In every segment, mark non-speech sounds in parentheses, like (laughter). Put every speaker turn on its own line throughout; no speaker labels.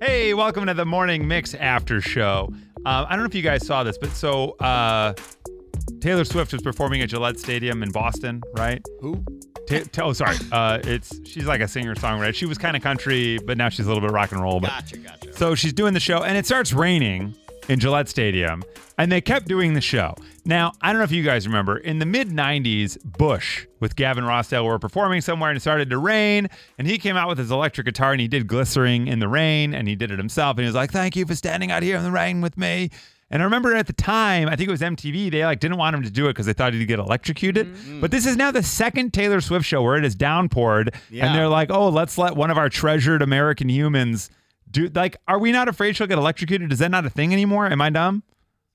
Hey, welcome to the Morning Mix After Show. Uh, I don't know if you guys saw this, but so uh, Taylor Swift was performing at Gillette Stadium in Boston, right?
Who?
Ta- ta- oh, sorry. Uh, it's she's like a singer songwriter. She was kind of country, but now she's a little bit rock and roll. But
Gotcha, gotcha.
so she's doing the show, and it starts raining in Gillette Stadium, and they kept doing the show. Now, I don't know if you guys remember, in the mid 90s, Bush with Gavin Rossdale were performing somewhere, and it started to rain, and he came out with his electric guitar and he did Glycering in the Rain, and he did it himself, and he was like, Thank you for standing out here in the rain with me. And I remember at the time, I think it was MTV, they like didn't want him to do it because they thought he'd get electrocuted. But this is now the second Taylor Swift show where it is downpoured,
Yeah.
and they're like, "Oh, let's let one of our treasured American humans do." Like, are we not afraid she'll get electrocuted? Is that not a thing anymore? Am I dumb?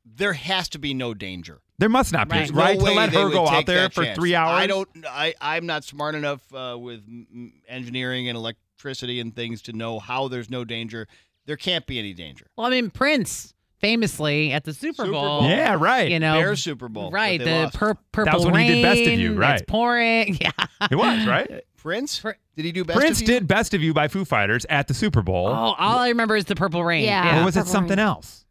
There has to be no danger.
There must not be,
Right.
There's no
right?
way
to let
they
her
would
go
take
out there
that
for
chance.
three hours.
I don't. I I'm not smart enough uh, with m- m- engineering and electricity and things to know how there's no danger. There can't be any danger.
Well, I mean, Prince famously at the Super,
Super
Bowl.
Bowl.
Yeah, right.
Oh, You know,
Their Super Bowl, that
Right.
they
The
lost.
pur- purple
was when
rain.
he did Best of You,
It's
right.
pouring. (laughs) Yeah.
It was right.
Prince?
Pr-
did he do (laughs) best?
Prince
of you?
did "Best of You" by Foo Fighters at the Super Bowl,
Oh, all I remember is the purple rain.
Yeah.
or
What
was it
Purple
something
Rain.
else?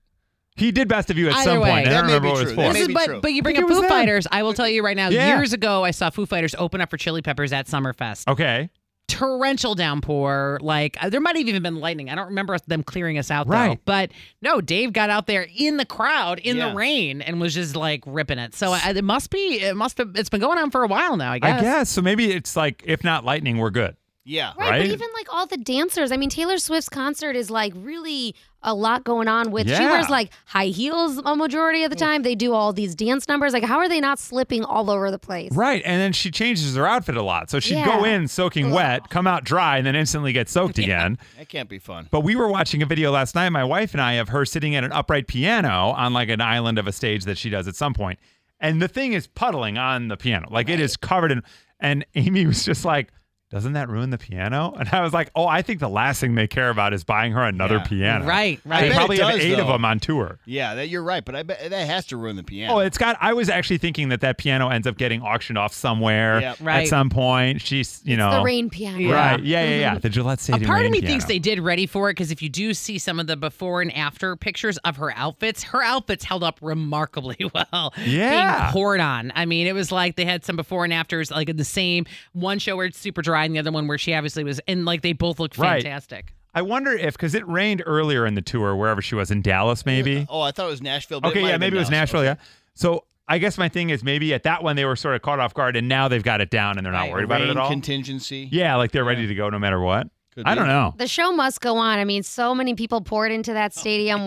He did "Best of You" at
Either
some
way.
point. I
That
don't
may
remember
be
what it was
true.
for.
That
This
may
is,
be true.
but, but you bring
Think
up
it was
Foo
them.
Fighters. I will tell you right now.
Yeah. Oh.
Years ago, I saw Foo Fighters open up for Chili Peppers at Summerfest.
okay,
torrential downpour. Like uh, there might have even been lightning. I don't remember us- them clearing us out
Right.
though. But no, Dave got out there in the crowd in
Yeah.
the rain and was just like ripping it. So I, it must be. It must have. It's been going on for a while now. I guess.
I guess so. Maybe it's like if not lightning, we're good.
Yeah.
Right,
Right?
but even like all the dancers. I mean, Taylor Swift's concert is like really a lot going on with. She
Yeah.
wears like high heels a majority of the time. They do all these dance numbers. Like, how are they not slipping all over the place?
Right, and then she changes her outfit a lot. So she'd go
Yeah.
in soaking wet, come out dry, and then instantly get
(laughs)
soaked again.
That can't be fun.
But we were watching a video last night, my wife and I, of her sitting at an upright piano on like an island of a stage that she does at some point. And the thing is puddling on the piano. Like it is covered in and Amy was just like, Doesn't that ruin the piano? And I was like, Oh, I think the last thing they care about is buying her another
Yeah.
piano.
Right, right.
They
bet it
probably have
does,
eight of
though.
them on tour.
Yeah, that you're right, but I bet that has to ruin the piano.
Oh, it's got. I was actually thinking that that piano ends up getting auctioned off somewhere
Yep.
at
Right.
some point. She's, you know,
The rain piano.
Yeah.
Right. Yeah, yeah, yeah. The Gillette
A
Stadium.
part
rain
of me
piano.
thinks they did ready for it because if you do see some of the before and after pictures of her outfits, her outfits held up remarkably (laughs) well.
Yeah.
Being poured on. I mean, it was like they had some before and afters, like in the same one show where it's super dry and the other one where she obviously was, and like they both looked
Right.
fantastic.
I wonder if because it rained earlier in the tour, wherever she was in Dallas, maybe.
Oh, I thought it was Nashville. But
Okay,
might
yeah,
have been
maybe it was
Dallas.
Nashville. Yeah. So I guess my thing is maybe at that one they were sort of caught off guard, and now they've got it down, and they're not
Right,
worried about it
Rain
at all.
Contingency.
yeah, like they're ready to go no matter what.
Could
I don't
be.
know.
The show must go on. I mean, so many people poured into that stadium,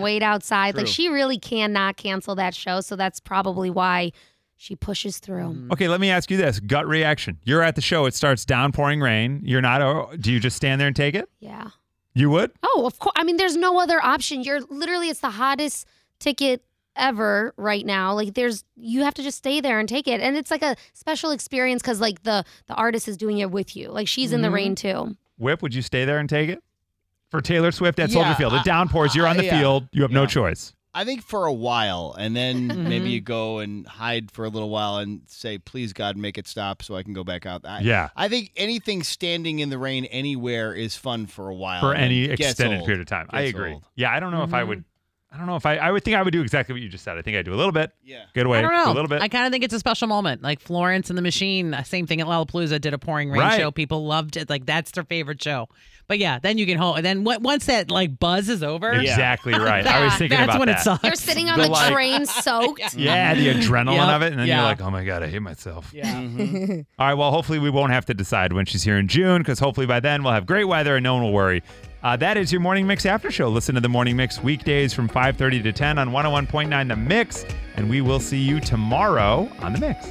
(laughs)
wait outside. Like,
True.
she really cannot cancel that show. So that's probably why she pushes
Mm.
through.
Okay, let me ask you this: gut reaction. You're at the show. It starts downpouring rain. You're not. Oh, do you just stand there and take it?
Yeah.
You would.
Oh, of course. I mean, there's no other option. You're literally, it's the hottest ticket ever right now. Like, there's, you have to just stay there and take it. And it's like a special experience because, like, the, the artist is doing it with you. Like, she's in the
Mhm.
rain too.
Whip, would you stay there and take it? For Taylor Swift at
Yeah,
Soldier Field, it
I-
downpours. You're on the
yeah,
field. You have no
yeah.
choice.
I think for a while, and then
Mhm.
maybe you go and hide for a little while and say, "Please God, make it stop, so I can go back out." I,
Yeah.
I think anything standing in the rain anywhere is fun for a while.
for
and then
any
Um, gets
extended
old.
period of time. I
Gets
agree.
old. Mm-hmm.
Yeah, I don't know if I
Mhm.
would. I don't know if I. I would think I would do exactly what you just said. I think I do a little bit.
Yeah.
Get away.
I don't know.
do a little bit.
I kind of think it's a special moment. Like Florence and the Machine, uh, same thing at Lollapalooza, did a pouring rain
Right.
show. People loved it. Like that's their favorite show. But yeah, then you get home, and then what, once that like buzz is over, (laughs)
exactly right. I was thinking
that's
about
when
that.
it sucks.
You're sitting on
The
the,
like-
train soaked.
Mm-hmm.
Yeah,
(laughs)
the adrenaline
Yep,
of it, and then you're
yeah.
like, "Oh my god, I hate myself."
(laughs) Yeah.
All right. Well, hopefully we won't have to decide when she's here in June, because hopefully by then we'll have great weather and no one will worry. Uh, that is your morning mix after show. Listen to the morning mix weekdays oh from 5:30 to 10 on 101.9 The Mix, and we will see you tomorrow on the Mix.